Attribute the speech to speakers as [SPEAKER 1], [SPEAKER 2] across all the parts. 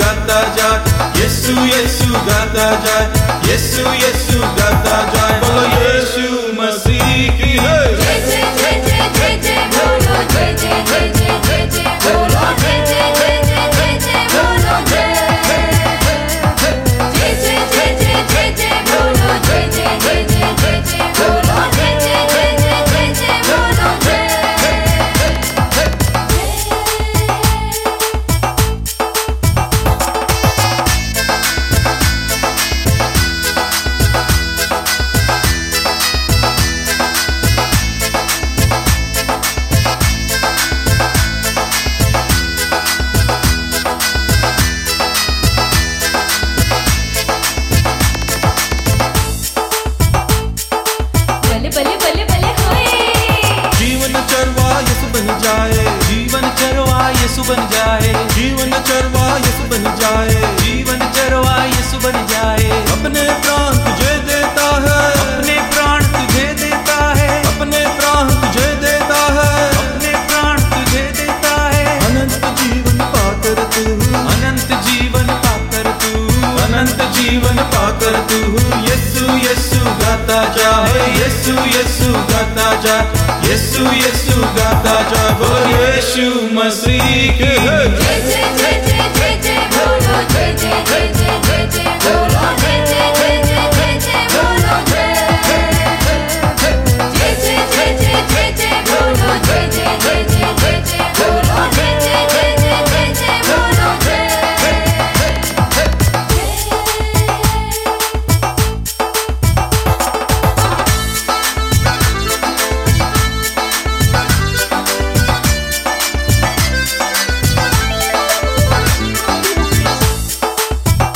[SPEAKER 1] যায় येशु येशु गाता जाए येशु येशु गाता जाए बोलो येशु मसीह की है
[SPEAKER 2] जय जय जय जय जय जय बोलो जय जय जय जय जय जय बोलो जय जय जय जय जय जय बोलो जय जय जय जय जय जय जय बोलो जय जय जय जय जय जय बोलो जय जय जय जय जय जय बोलो जय बल्ले बल्ले बल्ले बल्ले होए
[SPEAKER 1] जीवन चरवा येशु बन जाए जीवन चरवा येशु बन जाए जीवन चरवा येशु बन जाए जीवन चरवा येशु बन जाए अपने प्राण तुझे देता है अपने प्राण तुझे देता है अपने प्राण तुझे देता है अपने प्राण तुझे देता है अनंत जीवन पाकर तू अनंत जीवन पाकर तू अनंत जीवन पाकर तू यीशु यीशु गाता जा हे यीशु यीशु गाता जा यीशु यीशु गाता जा बोल यीशु मसीह की है
[SPEAKER 2] जय जय जय जय जय जय बोलो जय जय जय जय जय जय बोलो जय जय जय जय जय जय बोलो जय जय जय जय जय जय जय बोलो जय जय जय जय जय जय बोलो जय जय जय जय जय जय बोलो जय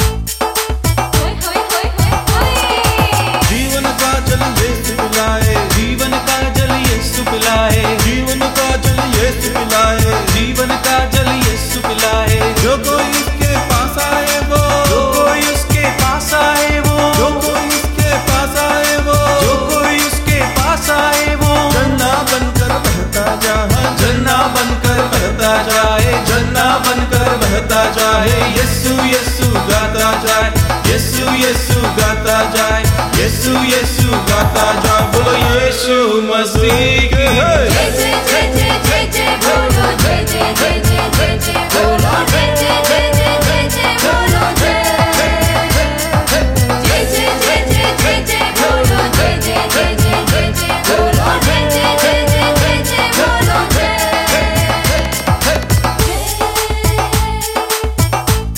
[SPEAKER 2] होय होय होय होय होय
[SPEAKER 1] जीवन का जल यीशु पिलाए जीवन का जल यीशु पिलाए जीवन का जल यीशु पिलाए जीवन का जल यीशु पिलाए जो कोई इसके पास आए वो जो कोई उसके पास आए वो जो कोई इसके पास आए वो जो कोई उसके पास आए वो झरना बनकर बहता जा झरना बनकर बहता जाए झरना बनकर बहता जाए यीशु यीशु गाता जाए यीशु यीशु गाता जाए यीशु यीशु गाता जाए बोलो यीशु मसीह की है
[SPEAKER 2] जय जय जय जय जय जय बोलो जय जय जय जय जय जय बोलो जय जय जय जय जय जय बोलो जय जय जय जय जय जय जय बोलो जय जय जय जय जय जय बोलो जय जय जय जय जय जय बोलो जय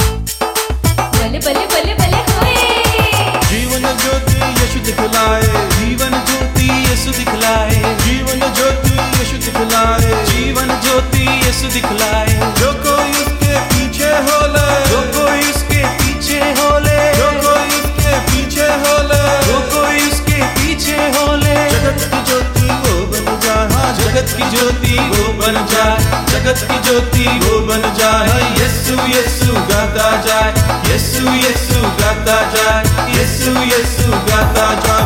[SPEAKER 2] बल्ले बल्ले बल्ले बल्ले होए
[SPEAKER 1] जीवन ज्योति यीशु दिखलाए जीवन ज्योति यीशु दिखलाए जीवन ज्योति यीशु दिखलाए जीवन ज्योति यीशु दिखलाए जो कोई उसके पीछे हो ले जो कोई उसके पीछे हो ले जो कोई उसके पीछे हो ले जो कोई उसके पीछे हो ले जगत की ज्योति वो बन जा हाँ, जगत की ज्योति वो बन जा जगत की ज्योति वो बन जा यीशु यीशु गाता जाए यीशु यीशु गाता जाए यीशु यीशु गाता जाए